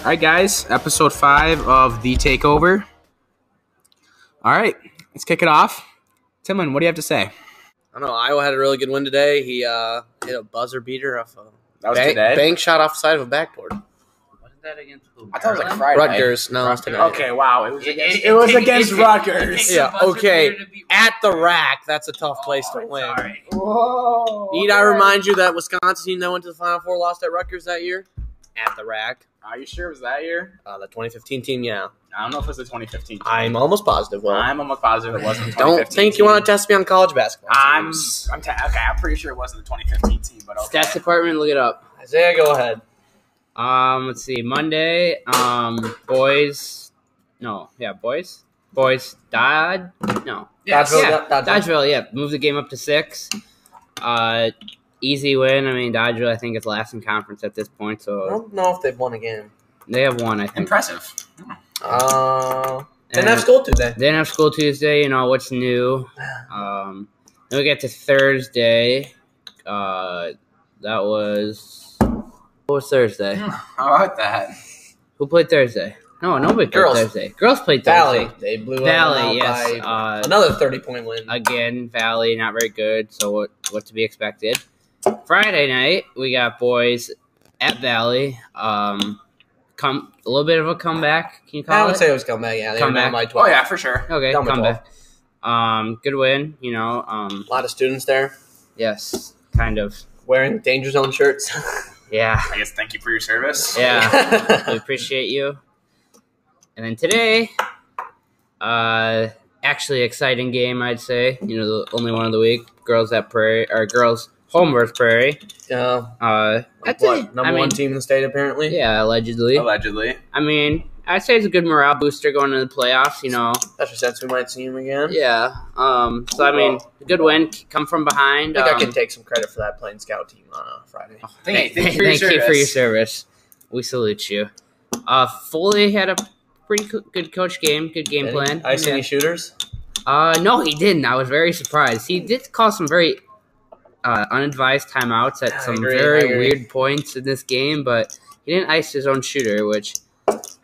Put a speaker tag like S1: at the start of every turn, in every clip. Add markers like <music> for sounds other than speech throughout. S1: All right, guys, episode five of The Takeover. All right, let's kick it off. Timlin, what do you have to say?
S2: I don't know. Iowa had a really good win today. He uh, hit a buzzer beater off a
S1: That
S2: bang, bang shot off the side of a backboard.
S3: Wasn't that against who?
S1: I thought it was like
S3: Maryland?
S1: Friday.
S2: Rutgers. No, it's today.
S1: Okay, wow. It was
S3: It-
S1: against,
S3: it-
S1: it was
S3: it-
S1: against
S3: it- it-
S1: Rutgers.
S2: Yeah,
S3: Buzzer
S2: okay.
S3: beater to beat
S2: At the
S3: Rutgers.
S2: rack, that's a tough
S3: Oh,
S2: place to
S3: I'm
S2: win.
S3: sorry.
S1: Whoa.
S2: Need I remind you that Wisconsin team that went to the Final Four lost at Rutgers that year? At the rack.
S1: Are you sure it was that year?
S2: Uh, the 2015 team, yeah.
S1: I don't know if it was the 2015. team.
S2: I'm almost positive. Well,
S1: I'm almost positive it wasn't. The
S2: don't think you want to test me on college basketball.
S1: I'm.
S3: Mm.
S2: teams.
S1: I'm. T- okay, I'm pretty sure it wasn't the 2015 team, but okay.
S3: Stats department, look it up.
S2: Isaiah, go ahead.
S3: Um, let's see. Monday, um, boys. No, yeah, boys. Boys. Dod. No,
S1: Yes.
S2: Dodgeville,
S3: Yeah,
S2: Dodgeville.
S3: Dodgeville. Yeah, move the game up to six. Uh, easy win. I mean, Dodgeville. I think is last in conference at this point,
S2: I
S3: so
S2: don't know if they've won a game.
S3: they have one. I think.
S1: Impressive.
S2: Uh, didn't
S3: And
S2: have school today.
S3: Then have school Tuesday. You know
S2: <sighs>
S3: what's new. Um, then we get to Thursday. Uh, that was what was Thursday?
S1: How about that?
S3: Who played Thursday? No, nobody played
S2: Girls.
S3: Thursday. Girls played Thursday.
S2: Valley. They blew them out
S3: Valley, yes.
S2: by
S3: Uh,
S2: another 30 point win.
S3: again, Valley not very good. So what what to be expected? Friday night we got boys at Valley. Um, come a little bit of a comeback. Can you call
S2: I would
S3: it?
S2: say it was comeback. Yeah, they were down
S3: Comeback.
S2: by 12.
S1: Oh yeah, for sure.
S3: okay,
S2: down by
S3: comeback. Um, good win. You know. Um,
S2: A lot of students there
S3: yes, kind of.
S2: wearing danger zone shirts.
S3: Yeah,
S1: I guess thank you for your service.
S3: <laughs> yeah.
S2: <laughs>
S3: we appreciate you. And then today, uh, actually exciting game, I'd say. You know, the only one of the week. Girls at Prairie, or girls home versus Prairie.
S2: uh,
S3: Uh, I'd say-
S2: what, number
S3: I mean,
S2: one team in the state, apparently.
S3: Yeah, allegedly.
S1: Allegedly.
S3: I mean, I'd say it's a good morale booster going into the playoffs. You know.
S2: That's just sense we might see him again.
S3: Yeah. Um. So I mean, a good win. Come from
S2: I
S3: behind.
S2: think I
S3: Um,
S2: can take some credit for that playing scout team on uh, Friday.
S1: Thank,
S3: <laughs> thank
S1: you for your service.
S3: you for your service. We salute you. Uh, Foley had a pretty co- good coach game. Good game
S2: Any-
S3: plan.
S2: I see
S3: Yeah.
S2: any shooters?
S3: Uh, no, he didn't. I was very surprised. He did call some very uh, unadvised timeouts
S2: I
S3: at some
S2: agree, I
S3: very
S2: agree.
S3: weird points in this game, but he didn't ice his own shooter, which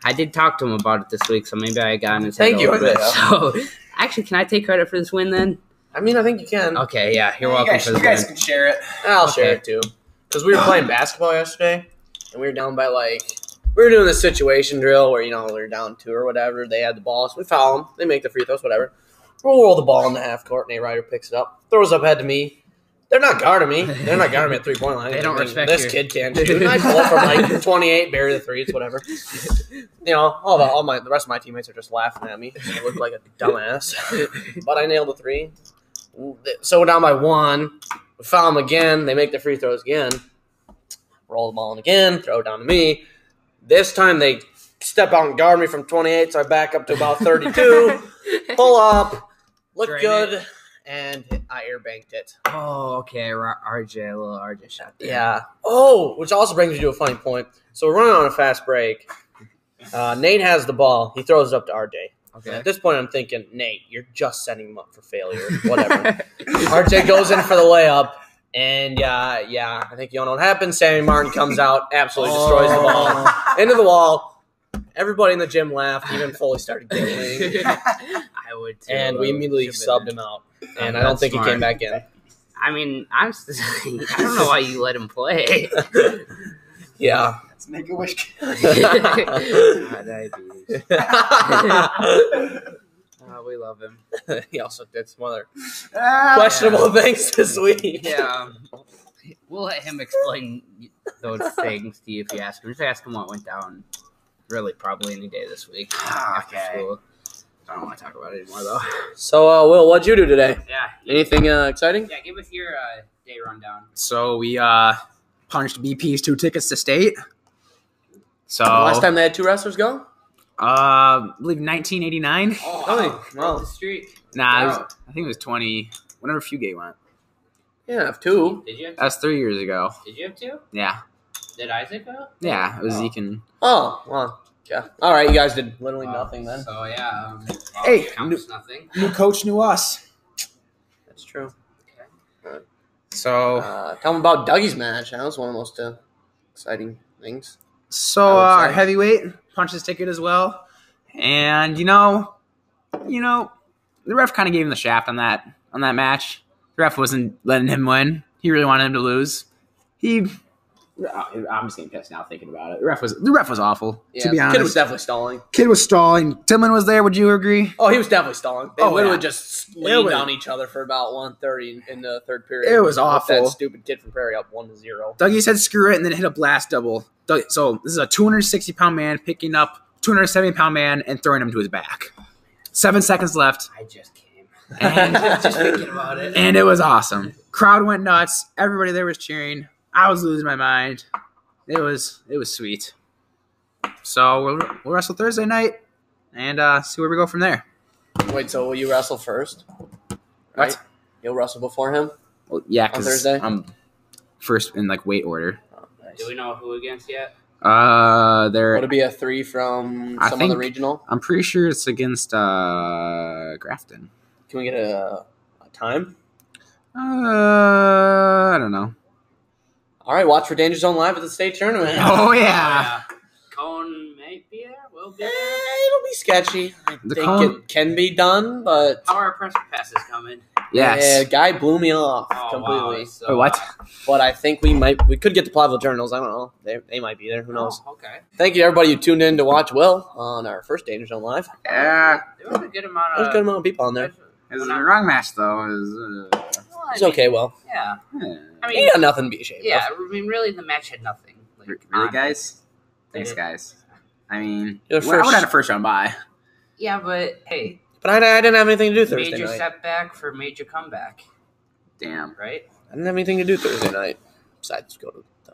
S3: I did talk to him about it this week, so maybe I got in his
S2: Thank
S3: head
S2: you,
S3: a little bit.
S2: Isaiah.
S3: So, actually, can I take credit for this win then?
S2: I mean, I think you can.
S3: Okay, yeah, you're
S1: You
S3: welcome
S1: guys-
S3: for
S1: you
S3: the
S1: guys
S3: win.
S1: can share it.
S2: I'll
S3: Okay.
S2: share it too. Because we were playing basketball yesterday, and we were down by like we were doing this situation drill where you know we were down two or whatever. They had the ball, so we foul them. They make the free throws, whatever. We'll roll the ball in the half court. Nate Ryder picks it up, throws up head to me. They're not guarding me. They're not guarding me
S3: <laughs>
S2: at three point line.
S3: They don't
S2: I mean,
S3: respect
S2: this
S3: your-
S2: kid. Can shoot. And I pull from
S3: <laughs>
S2: like twenty eight, bury the three. It's whatever. You know, all, the, all my the rest of my teammates are just laughing at me. I look like a
S3: <laughs>
S2: dumbass but I nailed a three. So we're down by one. We foul them again. They make the free throws again. Roll the ball in again. Throw it down to me. This time they step out and guard me from 28, so I back up to about 32. pull up. Look
S3: Drain
S2: good. And I airbanked it.
S3: Oh, okay, R- RJ, a little RJ shot. there.
S2: Yeah. Oh, which also brings me to a funny point. So we're running on a fast break. Uh, Nate has the ball. He throws it up to RJ.
S3: Okay.
S2: At this point, I'm thinking, Nate, you're just setting him up for failure.
S3: <laughs>
S2: Whatever. <laughs> RJ goes in for the layup, and yeah, yeah, I think you all know what happens. Sammy Martin comes out, absolutely destroys the ball
S3: Oh.
S2: into the wall. Everybody in the gym laughed, even Foley started
S3: <laughs>
S2: giggling,
S3: I would too.
S2: and we
S3: I would
S2: immediately
S3: too, but
S2: subbed
S3: then-
S2: him out. And
S3: Oh,
S2: I don't
S3: that's
S2: think he
S3: smart.
S2: came back in.
S3: <laughs> I mean, I'm. <laughs> s- I don't know why you let him play.
S2: Yeah.
S1: <laughs>
S2: <laughs>
S1: Let's make a wish.
S3: Ah, diabetes. Ah, we love him.
S2: he also did some other
S1: Ah.
S2: questionable <laughs> things this week.
S3: Yeah. We'll let him explain those things to you if you ask him. Just ask him what went down. Really, probably any day this week after
S1: Okay.
S3: school. I don't want to talk about it anymore though.
S2: So, uh, Will, what'd you do today?
S3: Yeah.
S2: Anything uh, exciting?
S3: Yeah. Give us your uh, day rundown.
S1: So we uh punched BP's two tickets to state. So
S2: Last time they had two wrestlers go?
S1: uh, I believe 1989.
S3: Oh,
S2: wow. Wow.
S3: the street.
S1: Nah, it was- I think it was 20. Whenever Fugate went,
S2: Yeah, I have two.
S3: Did you? Have,
S1: that's three years ago.
S3: did you have two?
S1: Yeah,
S3: Did Isaac go?
S1: yeah, it was
S3: Oh.
S1: Zeke and
S2: Oh, well. Yeah. All right, you guys did literally
S3: Uh,
S2: nothing then.
S3: So yeah. Um, well,
S1: Hey,
S3: counts nothing.
S1: new coach, new us.
S2: That's true.
S1: So
S2: Uh, tell them about Dougie's match. That was one of the most uh, exciting things.
S1: So uh,
S2: I would
S1: our
S2: say.
S1: heavyweight punched his ticket as well, and you know, you know, the ref kind of gave him the shaft on that on that match. The ref wasn't letting him win. He really wanted him to lose. He, uh, I'm just getting pissed now thinking about it. The ref was the ref was awful.
S2: Yeah,
S1: to be
S2: the
S1: honest,
S2: kid was definitely stalling.
S1: Kid was stalling. Tillman was there. Would you agree?
S2: Oh, he was definitely stalling. They
S1: Oh,
S2: literally
S1: yeah.
S2: just
S1: It
S2: laid
S1: was-
S2: on each other for about one thirty in the third period.
S1: It was
S2: With
S1: awful.
S2: That stupid kid from Prairie up one
S1: <laughs>
S2: to zero.
S1: Dougie said screw it and then hit a blast double. Doug- So this is a 260 pound man picking up 270 pound man and throwing him to his back. Seven seconds left,
S3: I just came.
S1: and,
S3: <laughs> just thinking about it.
S1: and it was awesome. Crowd went nuts. Everybody there was cheering. I was losing my mind. It was it was sweet. So we'll, we'll wrestle Thursday night and uh, see where we go from there.
S2: Wait, so will you wrestle first?
S1: What?
S2: You'll wrestle before him.
S1: Well, yeah,
S2: On
S1: because
S2: Thursday?
S1: I'm first in like weight order.
S3: Do we know who against yet?
S1: Uh, they're
S2: Would it be a three from
S1: I
S2: some
S1: think-
S2: other regional?
S1: I'm pretty sure it's against uh, Grafton.
S2: Can we get a, a time?
S1: Uh, I don't know.
S2: All right, watch for Danger Zone live at the
S1: <laughs>
S2: state tournament.
S1: Oh yeah,
S3: yeah. Cone might be there. Will be
S2: Eh,
S3: there.
S2: it'll be sketchy. I
S1: The
S2: think
S1: con-
S2: it can be done, but
S3: Power press pass is coming.
S2: yeah,
S1: yes.
S2: guy blew me off
S3: Oh,
S2: completely.
S3: Wow. So,
S1: Wait, what?
S2: But I think we might we could get the Plavel Journals. I don't know. They, they might be there. Who knows?
S3: Oh, okay.
S2: Thank you to everybody who tuned in to watch Will on our first Danger Zone live.
S1: Yeah,
S3: There was a good amount
S2: There's
S3: of.
S2: a good amount of people on there.
S1: it's the wrong match though. It was, uh,
S3: Well, I
S2: It's
S3: mean,
S2: okay. Well,
S3: Yeah.
S1: yeah.
S3: I mean,
S2: you got nothing to be ashamed
S3: yeah.
S2: of.
S3: I mean, really, the match had nothing. Like, on
S1: Really,
S3: it.
S1: guys? Thanks, guys. I mean,
S2: Your
S1: well, I would
S2: first-
S1: have had a first round bye.
S3: Yeah, but hey,
S2: But I, I didn't have anything to do Thursday
S3: major
S2: night.
S3: setback for major comeback,
S1: Damn.
S3: right?
S2: I didn't have anything to do Thursday night besides go to the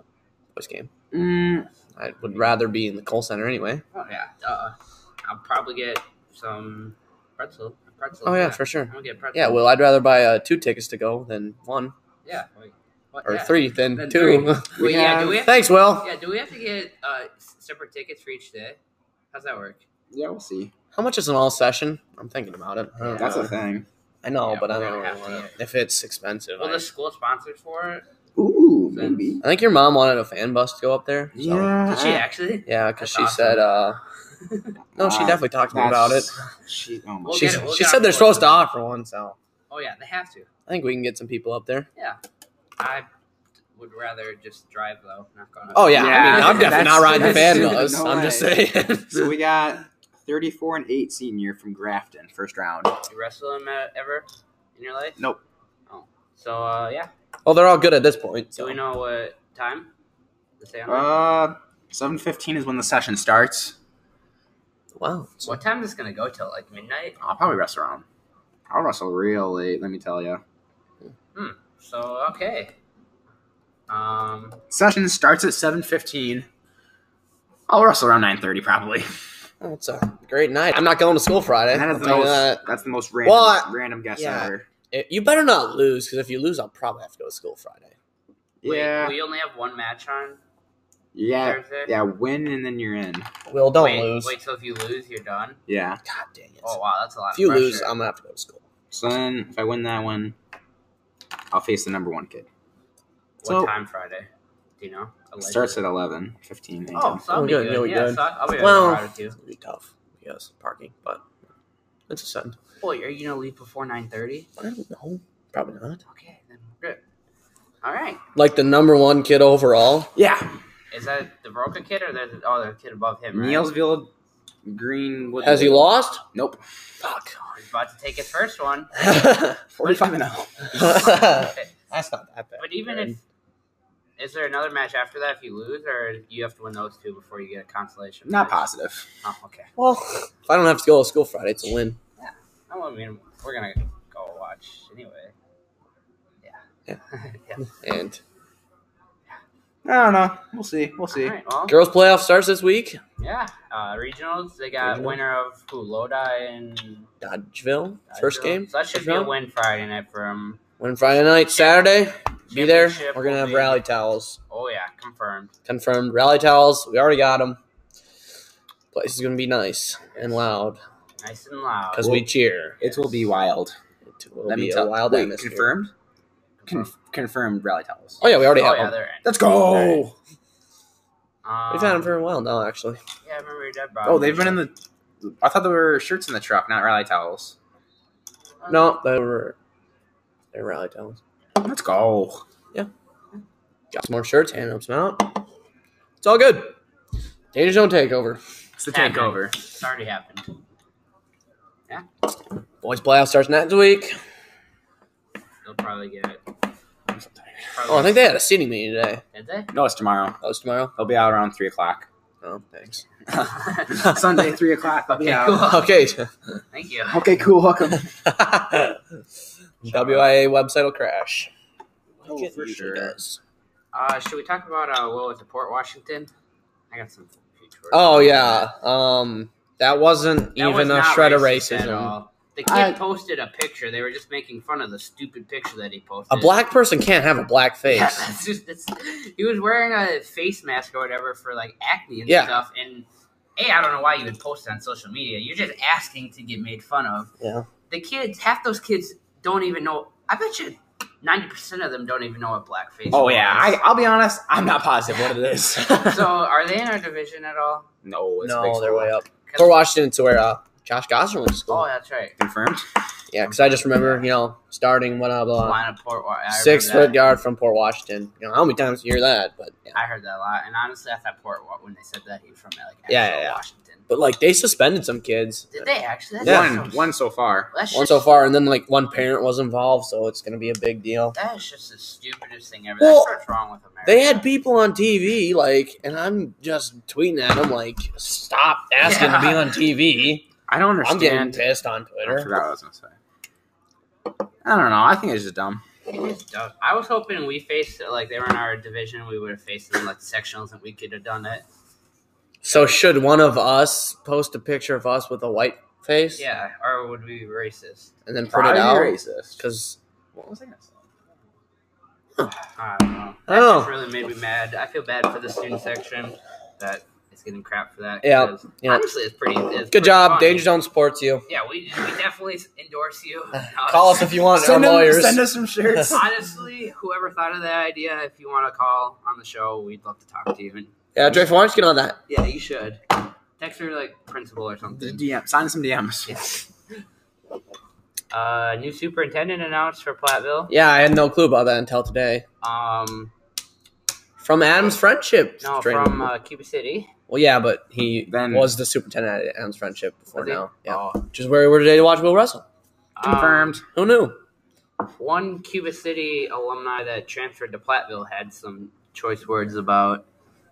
S2: boys game.
S1: Mm,
S2: I would rather be in the Cole Center anyway.
S3: Oh yeah. Uh, I'll probably get some pretzel. pretzel
S2: Oh yeah,
S3: back.
S2: for
S3: I'm
S2: sure.
S3: gonna get pretzel.
S2: Yeah, well, I'd rather buy uh, two tickets to go than one
S3: Yeah. Wait, what?
S2: or
S3: yeah.
S2: three than
S3: Then
S2: <laughs>
S3: three.
S2: two.
S3: Well, yeah. Do we have to,
S2: Thanks, Will.
S3: yeah, do we have to get uh, s- separate tickets for each day? How's that work?
S1: yeah, we'll see.
S2: How much is an all session? I'm thinking about it. I don't
S1: That's
S2: know.
S1: a thing.
S2: I know,
S3: Yeah,
S2: but I
S3: we're
S2: don't
S3: gonna
S2: really
S3: have to
S2: want
S3: get
S2: to. If it's expensive,
S3: Will
S2: I,
S3: the school sponsor for it?
S1: Ooh, maybe.
S2: I think your mom wanted a fan bus to go up there. so-
S1: Yeah.
S3: Did she actually?
S2: Yeah, because
S3: That's
S2: she
S3: awesome.
S2: said, uh,
S3: <laughs>
S2: no, she
S1: Uh,
S2: definitely talked to me about it.
S1: That's- She, oh my
S3: We'll
S2: She,
S3: get it, we'll
S2: she
S3: get
S2: said
S3: it
S2: they're
S3: for
S2: supposed
S3: you.
S2: to offer one, so
S3: Oh yeah, they have to.
S2: I think we can get some people up there.
S3: I would rather just drive though. Not gonna.
S2: Oh, yeah. I mean,
S1: Yeah,
S2: I'm definitely not
S1: that's-
S2: riding the
S3: <laughs>
S2: fan
S1: that's-
S2: bus.
S1: no
S2: I'm just
S1: way.
S2: saying. <laughs>
S1: so we got 34 and 8 senior from Grafton, first round.
S3: You wrestle him uh, ever in your life?
S1: Nope.
S3: So uh, yeah.
S2: well, they're all good at this point.
S3: Do we
S2: So.
S3: know what time? The sound?
S1: Uh, 7.15 is when the session starts.
S2: Wow. So,
S3: what time is this gonna go till? Like midnight.
S1: I'll probably wrestle around. I'll wrestle real late, let me tell you.
S3: So okay. Um.
S1: Session starts at 7.15. I'll wrestle around 9.30 probably.
S2: oh, it's a great night. I'm not going to school Friday.
S1: And that is
S2: I'll
S1: the
S2: tell you
S1: most,
S2: that.
S1: that's the most random,
S2: Well, I-
S1: random guess
S2: yeah.
S1: ever.
S2: Eh, You better not lose, because if you lose, I'll probably have to go to school Friday.
S3: Wait,
S1: yeah.
S3: We only have one match on
S1: yeah.
S3: Thursday.
S1: Yeah, win and then you're in.
S2: Will, don't
S3: wait,
S2: lose.
S3: Wait till if you lose, you're done.
S1: Yeah.
S2: God dang it.
S3: Oh wow, that's a lot.
S2: if you
S3: of pressure.
S2: lose, I'm going to have to go to school.
S1: So then if I win that one, I'll face the number one kid.
S3: what
S1: So-
S3: time Friday? Do you know?
S1: It starts at 11, 15.
S3: Oh, so I'll
S2: We're
S3: be
S2: good,
S3: good.
S2: we're
S3: Yeah,
S2: good.
S3: So I'll be
S2: Well-
S3: well, Friday too.
S2: It'll be tough, yes, parking, but it's a send.
S3: Boy, are you gonna leave before nine thirty?
S2: I don't know. Probably not.
S3: Okay, then we're good. All right.
S2: Like the number one kid overall.
S1: yeah.
S3: Is that the Broca kid or the oh the kid above him? Right?
S1: Nielsville Greenwood.
S2: Has he lost?
S1: Nope.
S2: Fuck. <laughs>
S3: He's about to take his first one.
S2: That's
S1: 45 and oh. 0.
S2: not
S3: Okay,
S2: that bad.
S3: But even if is there another match after that if you lose or you have to win those two before you get a consolation?
S1: Not
S3: match?
S1: positive.
S3: Oh, okay.
S2: Well, if I don't have to go to school Friday, it's a win.
S3: Oh, I mean, we're gonna go watch anyway. Yeah.
S2: Yeah.
S3: <laughs> yeah.
S2: And
S1: I don't know. We'll see. We'll see.
S3: All right. Well,
S2: girls' playoff starts this week.
S3: yeah. Uh, regionals. They got
S2: Regionals.
S3: winner of who? Lodi and
S2: Dodgeville, first
S3: Dodgeville.
S2: game.
S3: So that should
S2: first
S3: be a
S2: round.
S3: win Friday night for 'em.
S2: Win Friday night, Saturday. Be there.
S3: Championship
S2: We're gonna
S3: will
S2: have
S3: be-
S2: rally towels
S3: Oh yeah, confirmed.
S2: confirmed. Rally towels. We already got them. Place is gonna be nice and loud
S3: Nice and loud.
S2: because we cheer.
S1: It will be wild.
S2: It will
S1: Let
S2: be
S1: me
S2: a
S1: tell-
S2: wild
S1: wait,
S2: atmosphere.
S1: confirmed. Con- confirmed rally towels.
S2: Oh yeah, we already
S3: oh
S2: have
S3: yeah,
S2: them.
S3: they're in.
S1: Let's go.
S3: Um,
S2: We've had him for a while now, actually.
S3: Yeah, I remember your dad brought.
S1: Oh, they've been in the. I thought there were shirts in the truck, not rally towels.
S2: No, they were they were rally towns.
S1: Let's go.
S2: Got some more shirts, handing them some out. It's all good. Danger zone takeover.
S1: It's the
S3: Happened.
S1: takeover.
S3: It's already happened.
S2: Boys playoff starts next week.
S3: They'll probably get it.
S2: Oh, I think they had a seating meeting today. <laughs>
S3: Did they?
S1: No, it's tomorrow.
S2: Oh, it's tomorrow.
S1: They'll be out around three o'clock.
S2: Oh,
S3: <laughs>
S2: thanks.
S1: <laughs> Sunday, three o'clock. <laughs> They'll be
S3: Okay,
S1: out.
S2: <laughs>
S3: cool. <laughs>
S2: Okay.
S3: Thank you.
S1: Okay, cool. Welcome.
S2: WIA website will crash.
S1: Oh,
S2: Like it
S1: for sure.
S2: usually does.
S3: Uh, should we talk about uh, what was it, Port Washington? I got some. future words.
S2: Oh yeah. Um, that wasn't
S3: That was
S2: even a
S3: not
S2: shred of
S3: racist at
S2: racism.
S3: all. The kid
S1: I-
S3: posted a picture. They were just making fun of the stupid picture that he posted.
S2: A black person can't have a black
S3: Yeah, <laughs>
S2: face.
S3: that's just, that's, he was wearing a face mask or whatever for like acne and
S2: Yeah.
S3: stuff. And hey, I don't know why you would post it on social media. You're just asking to get made fun of.
S2: Yeah.
S3: The kids, half those kids don't even know. I bet you ninety percent of them don't even know what blackface.
S1: Oh yeah, I,
S3: was.
S1: I'll be honest. I'm not positive what it <laughs> is.
S2: <laughs>
S3: so are they in our division at all?
S1: no, it's
S2: no, they're way up.
S3: 'Cause-
S2: For Washington, to where uh, Josh Gosselin went to
S3: Oh,
S2: school.
S3: that's right.
S1: Confirmed.
S2: Yeah, because I just remember, you know, starting when I was uh,
S3: Line of Port. Wa- I remember
S2: six
S3: that.
S2: foot guard from Port Washington. You know, how many times you hear that? But yeah.
S3: I heard that a lot, and honestly, I thought Port Wa- when they said that he was from like
S2: Yeah,
S3: actual
S2: yeah, yeah.
S3: Washington.
S2: but like they suspended some kids.
S3: Did they actually? That's
S2: Yeah.
S1: One,
S3: just-
S1: one so far.
S3: That's
S2: One
S3: just-
S2: so far, and then like one parent was involved, so it's gonna be a big deal.
S3: That is just the stupidest thing ever.
S2: Well,
S3: That's what's wrong with America.
S2: They had people on TV, like, and I'm just tweeting at them, like, stop asking to be
S3: Yeah.
S2: on TV.
S1: I don't
S2: I'm getting
S1: understand.
S2: pissed on
S1: I
S2: Twitter.
S1: forgot what I was gonna say. I don't know. I think it's just dumb.
S3: It is dumb. I was hoping we faced like they were in our division, we would have faced them like sectionals, and we could have done it.
S2: So should one of us post a picture of us with a white face?
S3: Yeah, or would we be racist?
S2: And then print it out?
S1: Racist.
S2: Because
S1: What was I gonna say?
S3: I don't know.
S2: I
S3: That
S2: don't
S3: just
S2: know.
S3: really made me mad. I feel bad for the student section that is getting crap for that.
S2: Yeah,
S3: because
S2: yeah.
S3: Honestly, it's pretty. It's
S2: good
S3: pretty
S2: job,
S3: funny.
S2: Danger Zone supports you.
S3: Yeah, we, we definitely endorse you.
S2: <laughs> Call us if you want,
S1: Send,
S2: our
S1: them,
S2: lawyers.
S1: send us some
S2: <laughs>
S1: shirts.
S3: Honestly, whoever thought of that idea, if you want to call on the show, we'd love to talk to you. And
S2: yeah, Drake, why don't you get on that?
S3: yeah, you should. Text her like principal or something.
S1: DM, sign some DMs.
S3: Uh, new superintendent announced for Platteville.
S2: Yeah, I had no clue about that until today.
S3: Um,
S2: From Adam's Friendship.
S3: no,
S2: training.
S3: from uh, Cuba City.
S2: well, yeah, but he
S1: Then-
S2: was the superintendent at Adam's Friendship before
S3: Was he?
S2: now. Yeah.
S3: Oh.
S2: Which is where we were today to watch Will Russell.
S3: Um,
S1: Confirmed.
S2: Who knew?
S3: one Cuba City alumni that transferred to Platteville had some choice words about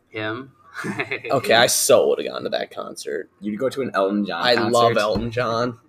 S3: him. <laughs>
S2: Okay, I so would have gone to that concert.
S1: You'd go to an Elton John.
S2: I
S1: concert.
S2: love Elton John. <laughs>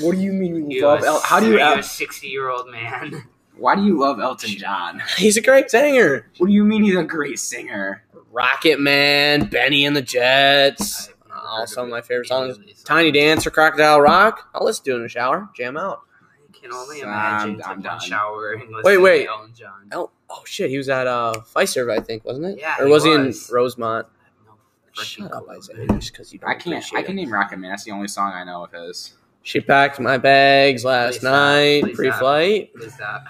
S1: What do you mean
S3: He
S1: you love
S3: was-
S1: Elton? How do you?
S3: he was
S1: El-
S3: a sixty-year-old man? <laughs>
S1: why do you love Elton John?
S2: He's a great singer.
S1: What do you mean he's a great singer?
S2: Rocket Man, Benny and the Jets.
S3: I've never heard
S2: Oh,
S3: of
S2: some of my
S3: it.
S2: favorite songs.
S3: Really, so
S2: Tiny Dancer, Crocodile Rock. I'll listen to it in the shower. Jam out.
S3: I can only
S1: So,
S3: imagine
S1: I'm- I'm
S3: someone
S1: done.
S3: showering.
S2: Wait,
S3: listening to
S2: wait.
S3: Elton John.
S2: Oh, oh shit, he was at uh Fiserv, I think, wasn't it?
S3: Yeah,
S2: Or
S3: he
S2: was,
S3: was.
S2: he in Rosemont?
S3: No freaking
S2: Shut up,
S3: clue.
S2: Isaiah, just because you don't
S1: I can't. I
S2: appreciate
S1: can
S2: it.
S1: name Rocket Man. That's the only song I know of his.
S2: She packed my bags last
S3: Please stop.
S2: night,
S3: Please
S2: pre flight.
S3: Who's that?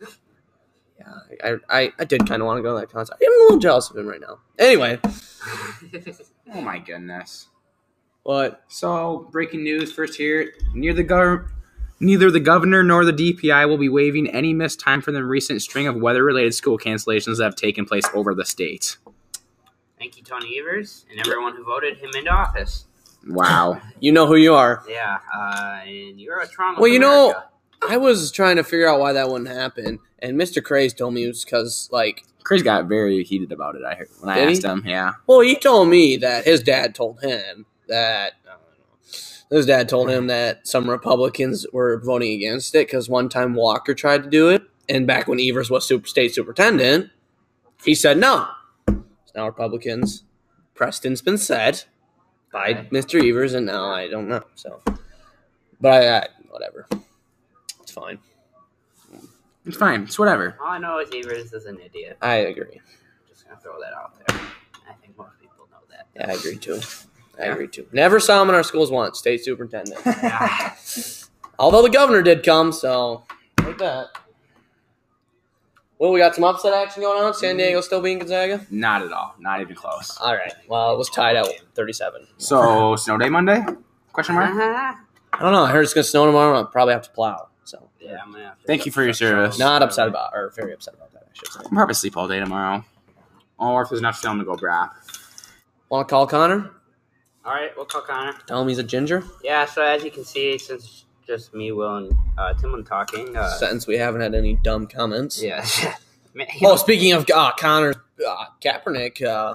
S3: <laughs>
S2: Yeah, I, I, I did kind of want to go to that concert. I'm a little jealous of him right now. Anyway,
S1: Oh my goodness.
S2: what?
S1: So, breaking news first here. Near the gov- neither the governor nor the DPI will be waiving any missed time from the recent string of weather-related school cancellations that have taken place over the state.
S3: Thank you, Tony Evers, and everyone who voted him into office.
S1: Wow.
S2: You know who you are.
S3: Yeah, uh, and you're a trauma.
S2: Well,
S3: to
S2: you know-
S3: America.
S2: I was trying to figure out why that wouldn't happen, and Mr. Craze told me it was because, like,
S1: Chris got very heated about it. I heard when I
S2: Did he?
S1: asked him. Yeah.
S2: well, he told me that his dad told him that. I don't know, His dad told him that some Republicans were voting against it because one time Walker tried to do it, and back when Evers was super state superintendent, he said no. So now Republicans, Preston's been said by
S3: Okay.
S2: Mr. Evers, and now I don't know. So, but I, I whatever, it's fine.
S1: It's fine. It's
S2: <laughs>
S1: whatever.
S3: All I know is Evers is an idiot.
S2: I agree.
S3: Just gonna throw that out there. I think most people know that.
S2: Yeah, I agree too. I
S1: Yeah.
S2: agree too. Never saw him in our schools once, state superintendent.
S3: Yeah.
S2: Although the governor did come, so like that. Well, we got some upset action going on. San Diego still beating Gonzaga.
S1: Not at all. Not even close.
S2: All right. Well, it was tied at 37.
S1: So snow day Monday? Question mark.
S3: Uh-huh.
S2: I don't know. I heard it's gonna snow tomorrow. I'll probably have to plow. So
S3: Yeah, I'm gonna have to
S1: Thank
S3: go
S1: you for your
S3: fuck
S1: service.
S3: myself.
S2: not upset about, or very upset about that. I should say.
S1: I'm probably sleep all day tomorrow. Or if there's enough film to go brap.
S2: Want to call Connor?
S3: All right, we'll call Connor.
S2: Tell him he's a ginger.
S3: Yeah, so as you can see, since it's just me, Will, and uh, Timon talking, uh,
S2: Since we haven't had any dumb comments.
S3: yeah. <laughs> Man,
S2: Oh, speaking of uh, Connor uh, Kaepernick, uh,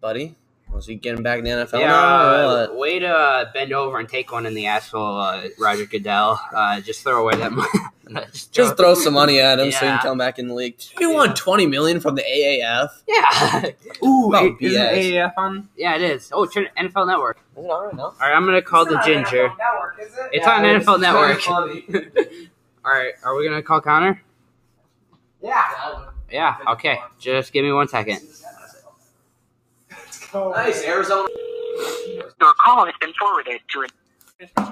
S2: buddy, was he getting back in the NFL?
S3: yeah,
S2: now, or
S3: uh,
S2: what?
S3: way to bend over and take one in the asshole, uh, Roger Goodell. Uh, just throw away that money. <laughs> just,
S2: just throw some money at him so he can
S3: Yeah.
S2: come back in the league. He won twenty million from the AAF.
S3: Yeah, <laughs>
S1: Ooh,
S2: Oh,
S1: is
S2: BS.
S1: AAF on?
S3: yeah, it is. Oh, turn NFL Network.
S2: Is it all right now?
S3: All right, I'm gonna call the ginger. It's on NFL Network. <laughs> All right, are we gonna call Connor?
S2: Yeah.
S3: Yeah. Okay. Just give me one second.
S2: Oh. Nice Arizona.
S4: Your call has been forwarded to a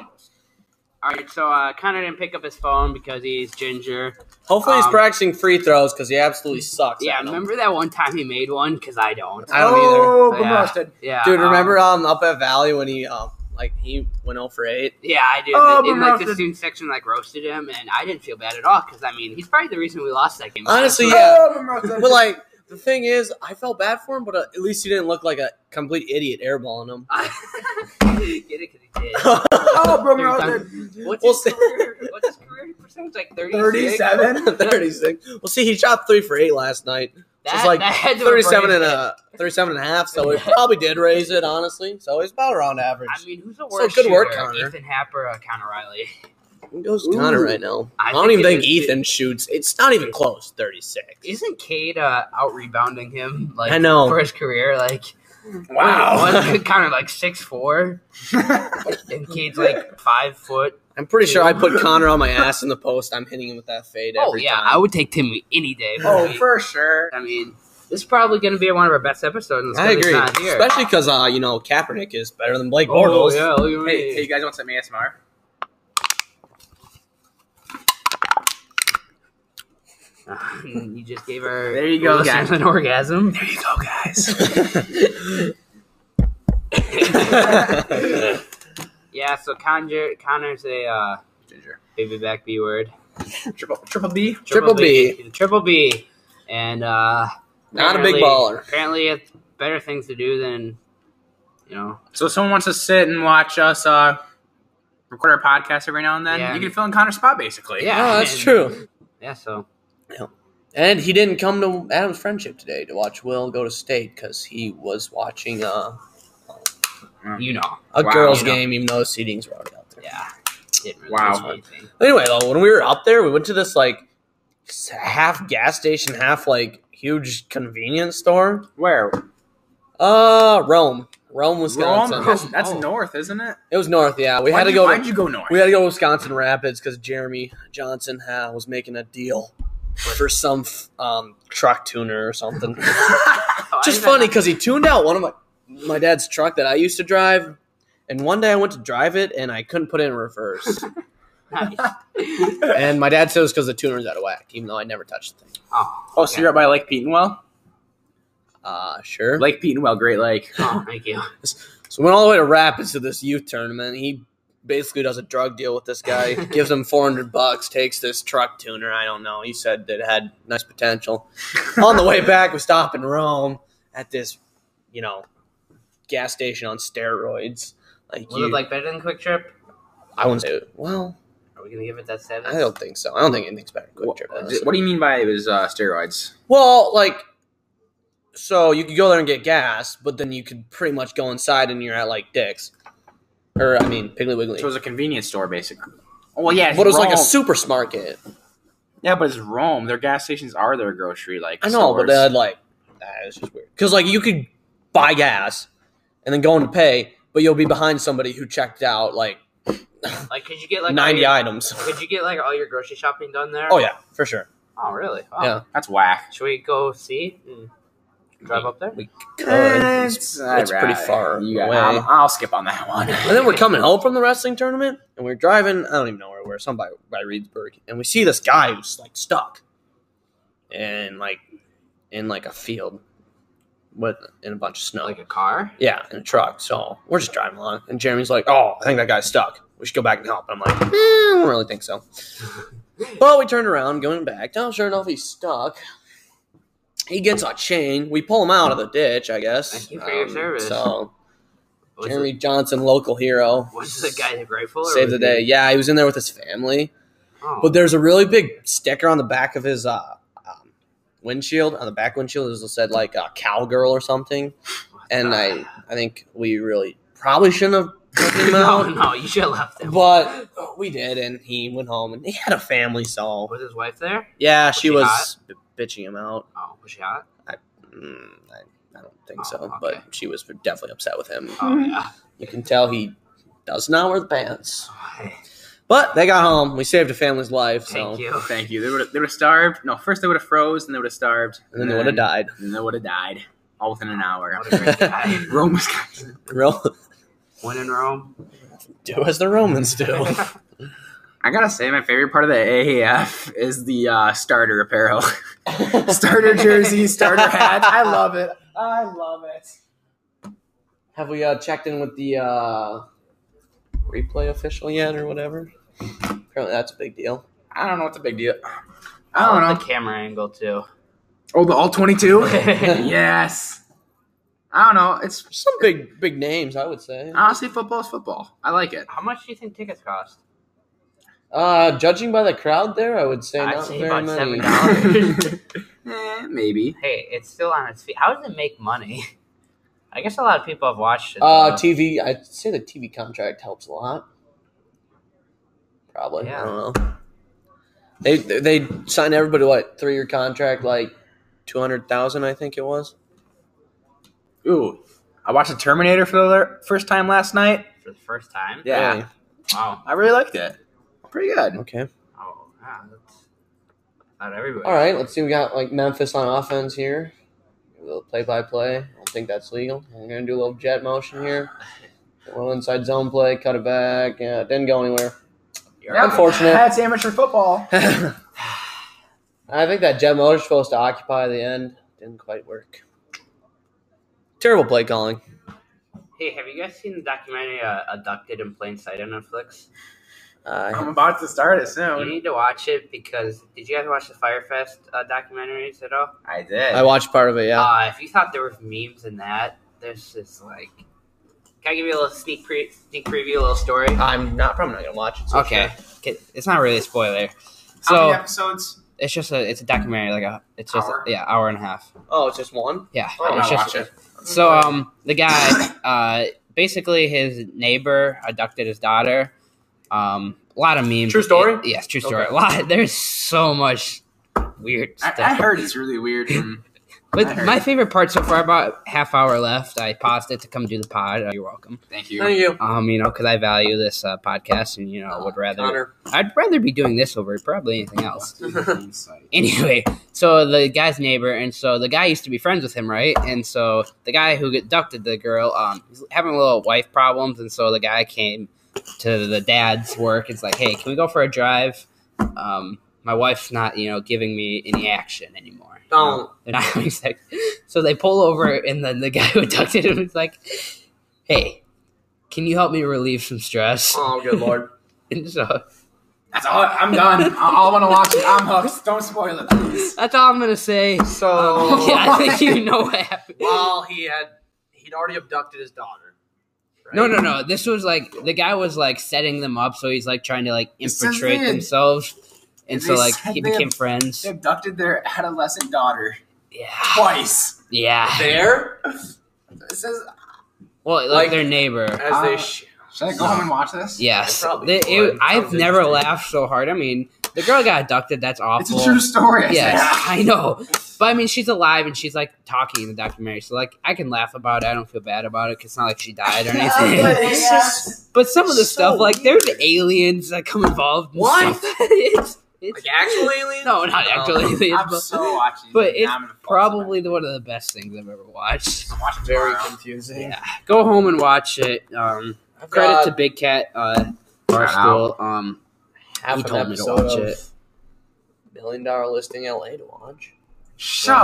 S3: All right. So uh, Connor didn't pick up his phone because he's ginger.
S2: Hopefully he's
S3: Um,
S2: practicing free throws because he absolutely sucks.
S3: Yeah.
S2: at them.
S3: Remember that one time he made one? Cause I don't.
S2: I don't either.
S1: Oh,
S3: Yeah.
S1: promoted.
S3: Yeah.
S2: Dude,
S3: um,
S2: remember um, up at Valley when he um like he went 0 for eight.
S3: Yeah, I do.
S1: Oh,
S3: in like the
S1: promoted.
S3: student section, like roasted him, and I didn't feel bad at all because I mean he's probably the reason we lost that game.
S2: Honestly,
S3: So-
S2: yeah.
S1: Oh, promoted.
S2: But like the thing is, I felt bad for him, but uh, at least he didn't look like a complete idiot airballing him. <laughs>
S3: <laughs> Get it? 'Cause he did.
S1: <laughs> oh,
S3: What's
S2: We'll
S3: his
S2: see.
S3: career? What's his career percentage? Like 36?
S1: 37?
S2: <laughs> 36. Well, see, he shot three for eight last night.
S3: That,
S2: So it's like
S3: that had to have
S2: 37 and
S3: raised it.
S2: a 37 and a half, so he probably did raise it, honestly. So he's about around average.
S3: I mean, who's the
S2: So
S3: worst?
S2: good work,
S3: shooter?
S2: Connor.
S3: Ethan Happer, or Connor Riley.
S2: It goes
S1: Ooh.
S2: Connor right now.
S3: I
S2: I, don't
S3: think
S2: even
S3: it
S2: think
S3: is-
S2: Ethan shoots. It's not even close, 36.
S3: Isn't Cade uh, out rebounding him? Like
S2: I know.
S3: for his career, like
S1: Wow.
S3: <laughs> was kind of like six four, and Cade's like five foot.
S2: I'm pretty sure I
S3: <laughs>
S2: put Connor on my ass in the post. I'm hitting him with that fade
S3: Oh
S2: every
S3: yeah,
S2: time.
S3: I would take Timmy any day. of the
S1: oh,
S3: week.
S1: for sure.
S3: <laughs> I mean, this is probably going to be one of our best episodes. it's 'cause
S2: I
S3: it's
S2: agree,
S3: not here.
S2: especially because uh, you know Kaepernick is better than Blake
S3: Oh
S2: Bortles. <laughs>
S3: yeah, look at me.
S1: Hey, hey, you guys want some ASMR?
S3: <laughs> you just gave her
S1: There you go,
S3: listeners
S1: guys.
S3: an orgasm.
S1: There you go, guys.
S3: Yeah, so Conjure, Connor's a uh,
S1: Ginger.
S3: baby back B word.
S1: Triple, triple B.
S2: Triple B.
S3: He's a Triple B. And uh,
S2: Not a big
S3: apparently-
S2: baller.
S3: Apparently, it's better things to do than, you know.
S1: So if someone wants to sit and watch us uh, record our podcast every now and then,
S3: Yeah.
S1: you can fill in Connor's spot, basically.
S3: Yeah.
S2: Oh, that's
S3: and-
S2: true.
S3: Yeah, so.
S2: And he didn't come to Adam's friendship today to watch Will go to state because he was watching uh,
S3: You know.
S2: a
S1: Wow.
S2: girls'
S1: You know.
S2: game, even though seatings were already out there.
S3: Yeah. Didn't really
S1: Wow.
S3: do anything.
S2: Anyway, though, when we were up there, we went to this like s- half gas station, half like huge convenience store.
S1: Where?
S2: Uh, Rome, Rome,
S1: Rome?
S2: Wisconsin.
S1: That's, that's
S3: Oh.
S1: north, isn't it?
S2: It was north. Yeah, we
S1: Why'd
S2: had to
S1: you-
S2: go. to-
S1: Why'd you go north?
S2: We had to go to Wisconsin Rapids because Jeremy Johnson uh, was making a deal for some f- um, truck tuner or something.
S3: Oh, I
S2: Just
S3: did not-
S2: funny because he tuned out one of my my dad's truck that I used to drive, and one day I went to drive it and I couldn't put it in reverse.
S3: <laughs> Nice.
S2: and my dad said it was because the tuner was out of whack, even though I never touched the thing.
S3: Oh,
S1: oh, so you're up by Lake Petenwell?
S2: Uh, sure.
S1: Lake Petenwell, Great Lake.
S3: oh, thank <laughs> you.
S2: so went all the way to Rapids to this youth tournament. He basically does a drug deal with this
S3: <laughs>
S2: guy, gives him four hundred bucks, takes this truck tuner. I don't know. He said that it had nice potential. on the way back, we stop in Rome at this, you know, gas station on steroids. Like,
S3: Was
S2: you,
S3: it like better than Quick Trip?
S2: I wouldn't say. Well,
S3: Are we going to give it that status?
S2: I don't think so. I don't think anything's better than Quick
S1: what,
S2: Trip. honestly.
S1: uh, what do you mean by it was uh, steroids?
S2: Well, like, so you could go there and get gas, but then you could pretty much go inside and you're at like Dick's, or I mean Piggly Wiggly.
S1: So it was a convenience store, basically. Oh, well, yeah.
S2: but it was like a
S1: Rome.
S2: supermarket.
S1: Yeah, but it's Rome. Their gas stations are their grocery like
S2: I know, but
S1: stores.
S2: they had like that is just weird because like you could buy gas and then go in to pay, but you'll be behind somebody who checked out like,
S3: Like, could you get like all
S2: ninety
S3: your-
S2: items. <laughs>
S3: Could you get like all your grocery shopping done there?
S2: oh yeah, for sure.
S3: Oh really? Wow.
S2: Yeah.
S1: That's whack.
S3: Should we go see and drive up there?
S2: We could. it's
S1: I'd
S2: pretty
S1: rather-
S2: far
S1: You got-
S2: away.
S1: I'll, uh, I'll skip on that
S2: <laughs>
S1: one.
S2: And then we're coming home from the wrestling tournament, and we're driving. I don't even know where we're. Some by by Reedsburg, and we see this guy who's like stuck. and like in like a field with in a bunch of snow.
S3: Like a car?
S2: yeah, in a truck. So we're just driving along, and Jeremy's like, "Oh, I think that guy's stuck. We should go back and help." And I'm like, eh, "I don't really think
S3: <laughs>
S2: so." well, we turned around, going back. Oh, sure enough, he's stuck. He gets a chain. We pull him out of the ditch, I guess. Um,
S3: Thank you for your service.
S2: So
S3: Was
S2: Jeremy Johnson, local hero,
S3: it, was the guy grateful? or
S2: saved
S3: was
S2: the
S3: it-
S2: day. Yeah, he was in there with his family.
S3: Oh.
S2: But there's a really big sticker on the back of his uh, um, windshield. On the back windshield, it said like uh, "cowgirl" or something. And I, I think we really probably shouldn't have took him
S3: <laughs>
S2: <laughs>
S3: no,
S2: out,
S3: no, you should have left him.
S2: but we did. And he went home, and he had a family, so
S3: Was his wife there?
S2: yeah, she
S3: she
S2: was b- bitching him out.
S3: Oh, was she hot?
S2: Mm, I, I don't think
S3: Oh,
S2: so,
S3: okay.
S2: but she was definitely upset with him.
S3: Oh,
S1: Mm-hmm.
S3: yeah.
S2: You can tell he does not wear the pants.
S3: Hey,
S2: But they got home. We saved a family's life, so <laughs>
S3: thank you.
S1: Oh,
S3: <laughs>
S1: Thank you. They would they would have starved. No, first they would have froze, and they would have starved,
S2: and then they would have died. <laughs>
S1: and then they would have died, all within an hour.
S3: What a great guy.
S1: <laughs> Rome, Wisconsin.
S2: Real, <laughs>
S3: When in Rome.
S2: do as the Romans
S3: <laughs>
S2: do.
S1: I gotta say, my favorite part of the AAF is the uh, starter apparel, <laughs> starter
S2: <laughs>
S1: jersey, starter hat. I love it. I love it.
S2: Have we uh, checked in with the uh, replay official yet, or whatever? Apparently, that's a big deal.
S1: I don't know what's a big deal. I don't know.
S3: The camera
S2: <laughs>
S3: angle, too. <laughs>
S1: Oh, the all twenty-two.
S3: yeah.
S1: <laughs> yes. I don't know. It's
S2: Some big, big names, I would say.
S1: honestly football is football. I like it.
S3: How much do you think tickets cost?
S2: Uh, judging by the crowd there, I would say
S3: I'd
S2: not
S3: say
S2: very
S3: about
S1: <laughs>
S2: many.
S3: $7.
S1: Eh, maybe.
S3: Hey, it's still on its feet. How does it make money? <laughs> I guess a lot of people have watched it.
S2: Uh,
S3: though.
S2: TV. I'd say the TV contract helps a lot. Probably. I
S3: Yeah.
S2: don't know. They they signed everybody what three year contract like two hundred thousand I think it was.
S1: Ooh, I watched the Terminator for the la- first time last night.
S3: for the first time.
S1: Yeah,
S2: Really?
S3: Wow.
S1: I really liked it. Pretty good.
S2: Okay.
S3: Oh, yeah, that's not everybody.
S2: All right, let's see. We got like Memphis on offense here. A little play by play. I don't think that's legal. We're gonna do a little jet motion here. A little inside zone play, cut it back. Yeah, it didn't go anywhere.
S1: Yeah.
S2: Unfortunate.
S1: That's amateur
S3: <laughs>
S1: football.
S2: I think that jet motion supposed to occupy the end. Didn't quite work. Terrible play calling.
S3: Hey, have you guys seen the documentary uh, "Abducted in Plain Sight" on Netflix?
S2: Uh,
S1: <laughs> I'm about to start it
S3: You
S1: soon.
S3: need to watch it because did you guys watch the Firefest uh, documentaries at all?
S1: I did.
S2: I watched part of it. Yeah.
S3: Uh, if you thought there was memes in that, there's just like, can I give you a little sneak pre- sneak preview, a little story?
S2: I'm not probably not gonna watch it. so
S3: Okay, Okay, it's not really a spoiler.
S1: How many
S3: So
S1: episodes?
S3: it's just a it's a documentary, like a it's just
S1: Hour?
S3: A, yeah hour and a half.
S2: sure. Oh, it's just one.
S3: Yeah,
S1: Oh,
S3: it's
S1: I
S3: just-
S1: watch it.
S3: So um, the guy, uh, basically his neighbor abducted his daughter. Um, a lot of memes.
S2: True story?
S3: yes, true story.
S2: Okay.
S3: A lot. There's so much weird
S1: I,
S3: stuff.
S1: I heard it's really weird. From,
S3: but
S1: I heard.
S3: my favorite part so far, about half hour left. I paused it to come do the pod. Uh, You're welcome.
S1: <laughs> thank you.
S2: Thank you.
S3: Um, you know, because I value this uh, podcast, and you know, would rather
S2: Connor.
S3: I'd rather be doing this over probably anything else. <laughs>
S1: Insight.
S3: anyway, so the guy's neighbor, and so the guy used to be friends with him, right? And so the guy who abducted the girl, um, he's having a little wife problems, and so the guy came to the dad's work. It's like, hey, can we go for a drive? Um, my wife's not, you know, giving me any action anymore. You know,
S2: Don't.
S3: They're not having sex. <laughs> So they pull over, and then the guy <laughs> who abducted him is like, hey, can you help me relieve some stress?
S2: Oh, good lord.
S3: And so
S1: That's all. Oh, I'm done. I all want to watch it. I'm hooked. Don't spoil it, please.
S3: that's all I'm gonna say.
S1: <laughs>
S2: So
S3: <laughs> Yeah, I think you know what happened.
S2: while he had he'd already abducted his daughter. right?
S3: No, no, no. This was like the guy was like setting them up, so he's like trying to like
S1: It says
S3: infiltrate
S1: they-
S3: themselves, and
S1: they
S3: so like
S1: said
S3: he
S1: they-
S3: became friends.
S1: They abducted their adolescent daughter
S3: Yeah,
S1: twice.
S3: yeah.
S2: There,
S1: It says,
S3: Well, like,
S2: Like-
S3: their neighbor.
S2: as they
S1: Uh,
S2: sh-
S1: should I go home and watch this?
S3: Yes,
S2: I probably
S3: The- it-
S2: would.
S3: I've
S2: Sounds
S3: never
S2: interesting.
S3: laughed so hard. I mean, the girl got abducted. That's
S1: It's
S3: awful.
S1: a true story. I
S3: Yes,
S1: said.
S3: <laughs> I know. But I mean, she's alive and she's like talking in the documentary, so like I can laugh about it. I don't feel bad about it. 'cause it's not like she
S2: <laughs>
S3: died or
S1: but
S3: anything.
S1: <laughs> it's just
S3: <laughs> but some of
S2: So
S3: the stuff, like there's aliens that come involved. and
S2: What?
S3: stuff. <laughs> it's, it's
S2: like actual aliens?
S3: No, not
S2: Oh.
S3: actually. <laughs> aliens,
S1: I'm
S3: but
S1: so watching.
S3: but
S1: it.
S3: it's
S1: Now I'm gonna fall
S3: probably the, one of the best things I've ever watched. <laughs>
S1: asleep. I'm watching
S2: Very
S1: tomorrow.
S2: confusing.
S3: Yeah, go home and watch it. Um,
S2: <laughs> I've
S3: credit
S2: got
S3: to Big Cat uh,
S1: Shout out.
S3: Barstool. Um,
S2: half
S3: he
S2: an
S3: told me to
S2: episode
S3: watch
S2: of
S3: it.
S2: Million Dollar Listing LA to watch.
S1: Shut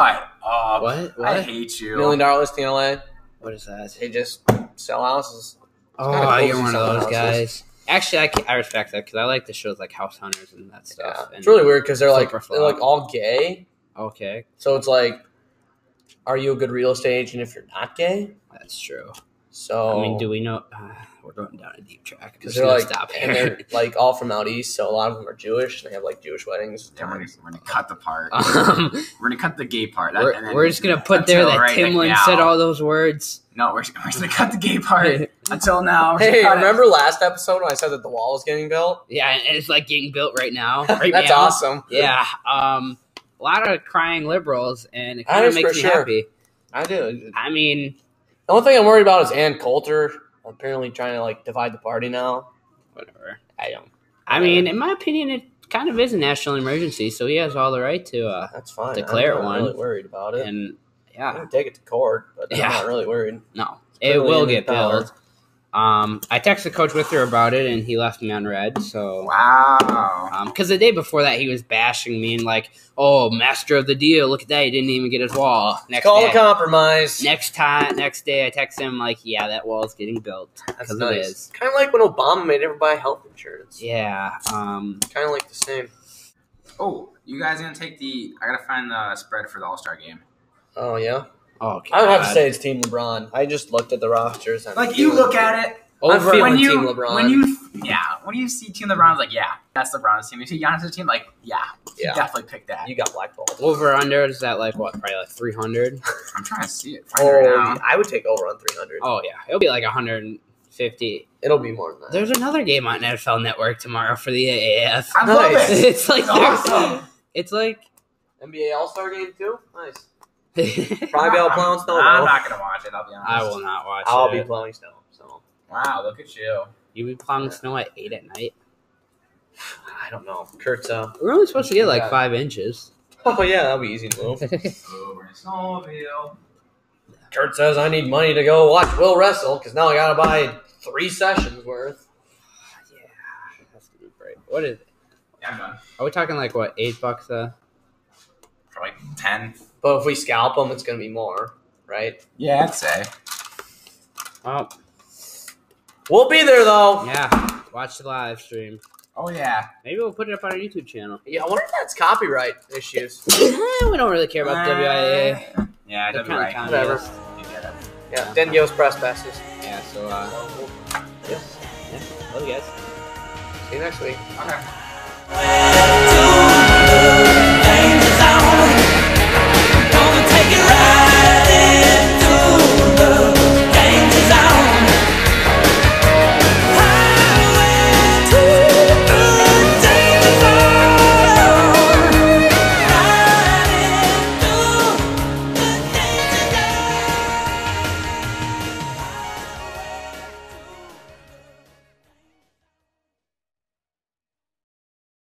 S1: up.
S3: What?
S1: I
S3: What?
S1: hate you.
S2: Million dollar listing in LA.
S3: What is that?
S2: They just sell houses. kinda
S3: Oh,
S2: cool
S3: you're
S2: to
S3: one
S2: sell
S3: of those
S2: houses.
S3: guys. Actually, I, can, I respect that because I like the shows like House Hunters and that stuff.
S2: Yeah.
S3: And
S2: It's really weird because they're
S3: Flip
S2: like
S3: or
S2: they're like
S3: flop.
S2: all gay.
S3: Okay,
S2: So it's like, are you a good real estate agent if you're not gay?
S3: that's true.
S2: So
S3: I mean, do we know? Uh, we're going down a deep track. I'm
S2: Because
S3: just
S2: they're
S3: gonna
S2: Oh. like,
S3: stop
S2: and
S3: here. <laughs>
S2: they're like all from out east, so a lot of them are Jewish, and they have like Jewish weddings.
S1: Yeah, we're, gonna, we're gonna cut the
S3: <laughs>
S1: part.
S3: Um,
S1: we're gonna cut the gay part. That- and
S3: we're,
S1: then-
S3: we're
S1: <laughs>
S3: just gonna put there
S1: until
S3: that
S1: right
S3: Timlin
S1: now.
S3: said all those words.
S1: No, we're, we're just gonna cut the gay
S3: <laughs>
S1: part until now.
S3: Oh,
S1: We're just
S2: Hey,
S1: gonna cut it.
S2: remember last episode when I said that the wall was getting built?
S3: Yeah, and it's like getting built
S2: <laughs>
S3: right now. Right
S2: That's
S3: now.
S2: awesome.
S3: Yeah. Um, a lot of crying liberals, and it
S2: That
S3: kind of
S2: is
S3: makes
S2: for
S3: me
S2: sure.
S3: happy.
S2: I do.
S3: I mean,
S2: The only thing I'm worried about is Ann Coulter apparently trying to like divide the party now.
S3: whatever.
S2: I don't.
S3: I mean, in my opinion, it kind of is a national emergency, so he has all the right to. Uh,
S2: That's fine.
S3: Declare
S2: I'm not
S3: one.
S2: Really worried about it.
S3: and
S2: I'm
S3: yeah,
S2: gonna take it to court, but
S3: Yeah.
S2: I'm not really worried.
S3: no, it
S2: Clearly
S3: will
S2: in the
S3: get
S2: power.
S3: built. Um, I texted Coach Wither about it, and he left me on red. So,
S1: Wow.
S3: because the day before that, he was bashing me and like, "Oh, master of the deal! Look at that! He didn't even get his wall." Next
S2: Call
S3: day,
S2: a compromise.
S3: next time, next day, I text him like, "Yeah, that wall's getting built."
S2: That's
S3: 'cause it
S2: nice.
S3: is.
S2: Kind of like when Obama made everybody health insurance.
S3: Yeah. Um,
S2: Kind of like the same.
S1: Oh, you guys gonna take the? I gotta find the spread for the All Star game.
S2: Oh yeah.
S3: oh,
S2: I would have to
S3: God.
S2: say it's Team LeBron. I just looked at the rosters. And
S1: Like you look at it
S2: I'm feeling
S1: when you
S2: Team LeBron.
S1: when you yeah when you see Team LeBron's like yeah that's LeBron's team. You see Giannis's team like yeah,
S2: Yeah.
S1: definitely pick that.
S2: you got blackballed.
S3: over under is that like what? Probably like three hundred.
S1: I'm trying to see it. Find it right
S2: Oh,
S1: now.
S2: I would take over on 300.
S3: Oh yeah, it'll be like hundred and fifty.
S2: It'll be more than that.
S3: There's another game on NFL Network tomorrow for the AAF.
S1: I love
S2: Nice.
S1: it.
S3: <laughs> it's like
S1: It's awesome.
S3: it's like <laughs>
S2: NBA All Star game too. Nice.
S3: I
S2: Probably I'll
S1: I'm-
S2: plow snow.
S1: I'm
S2: though.
S1: not gonna watch it. I'll be honest.
S3: will not watch
S2: I'll be
S3: it.
S2: plowing snow. So
S1: Wow, look at you.
S3: you be plowing snow at eight at night.
S2: I don't know. Kurt's out.
S3: We're only supposed to get like
S2: Yeah. <laughs>
S3: five inches.
S2: Oh yeah, that'll be easy to move.
S1: Over in Snowmobile.
S2: <laughs> Kurt says I need money to go watch Will wrestle because now I gotta buy three sessions worth.
S3: That's gonna be great. What is? It?
S1: Yeah, I'm done.
S3: Are we talking like what eight bucks? Uh,
S1: For like ten.
S2: But if we scalp them, it's gonna be more, right?
S1: Yeah, I'd say.
S3: well,
S2: We'll be there though.
S3: yeah. Watch the live stream.
S1: Oh yeah.
S3: Maybe we'll put it up on our YouTube channel. <laughs>
S2: Yeah, I wonder if that's copyright issues.
S3: we don't really care about WIA.
S1: Uh, Yeah,
S3: They're
S1: WIA.
S3: kinda
S1: Kind
S2: Whatever.
S3: communist.
S2: Yeah, then give us press passes.
S3: Yeah. So, uh,
S2: So we'll
S3: yeah. Love you guys.
S2: see you next week.
S1: Okay.
S2: Bye.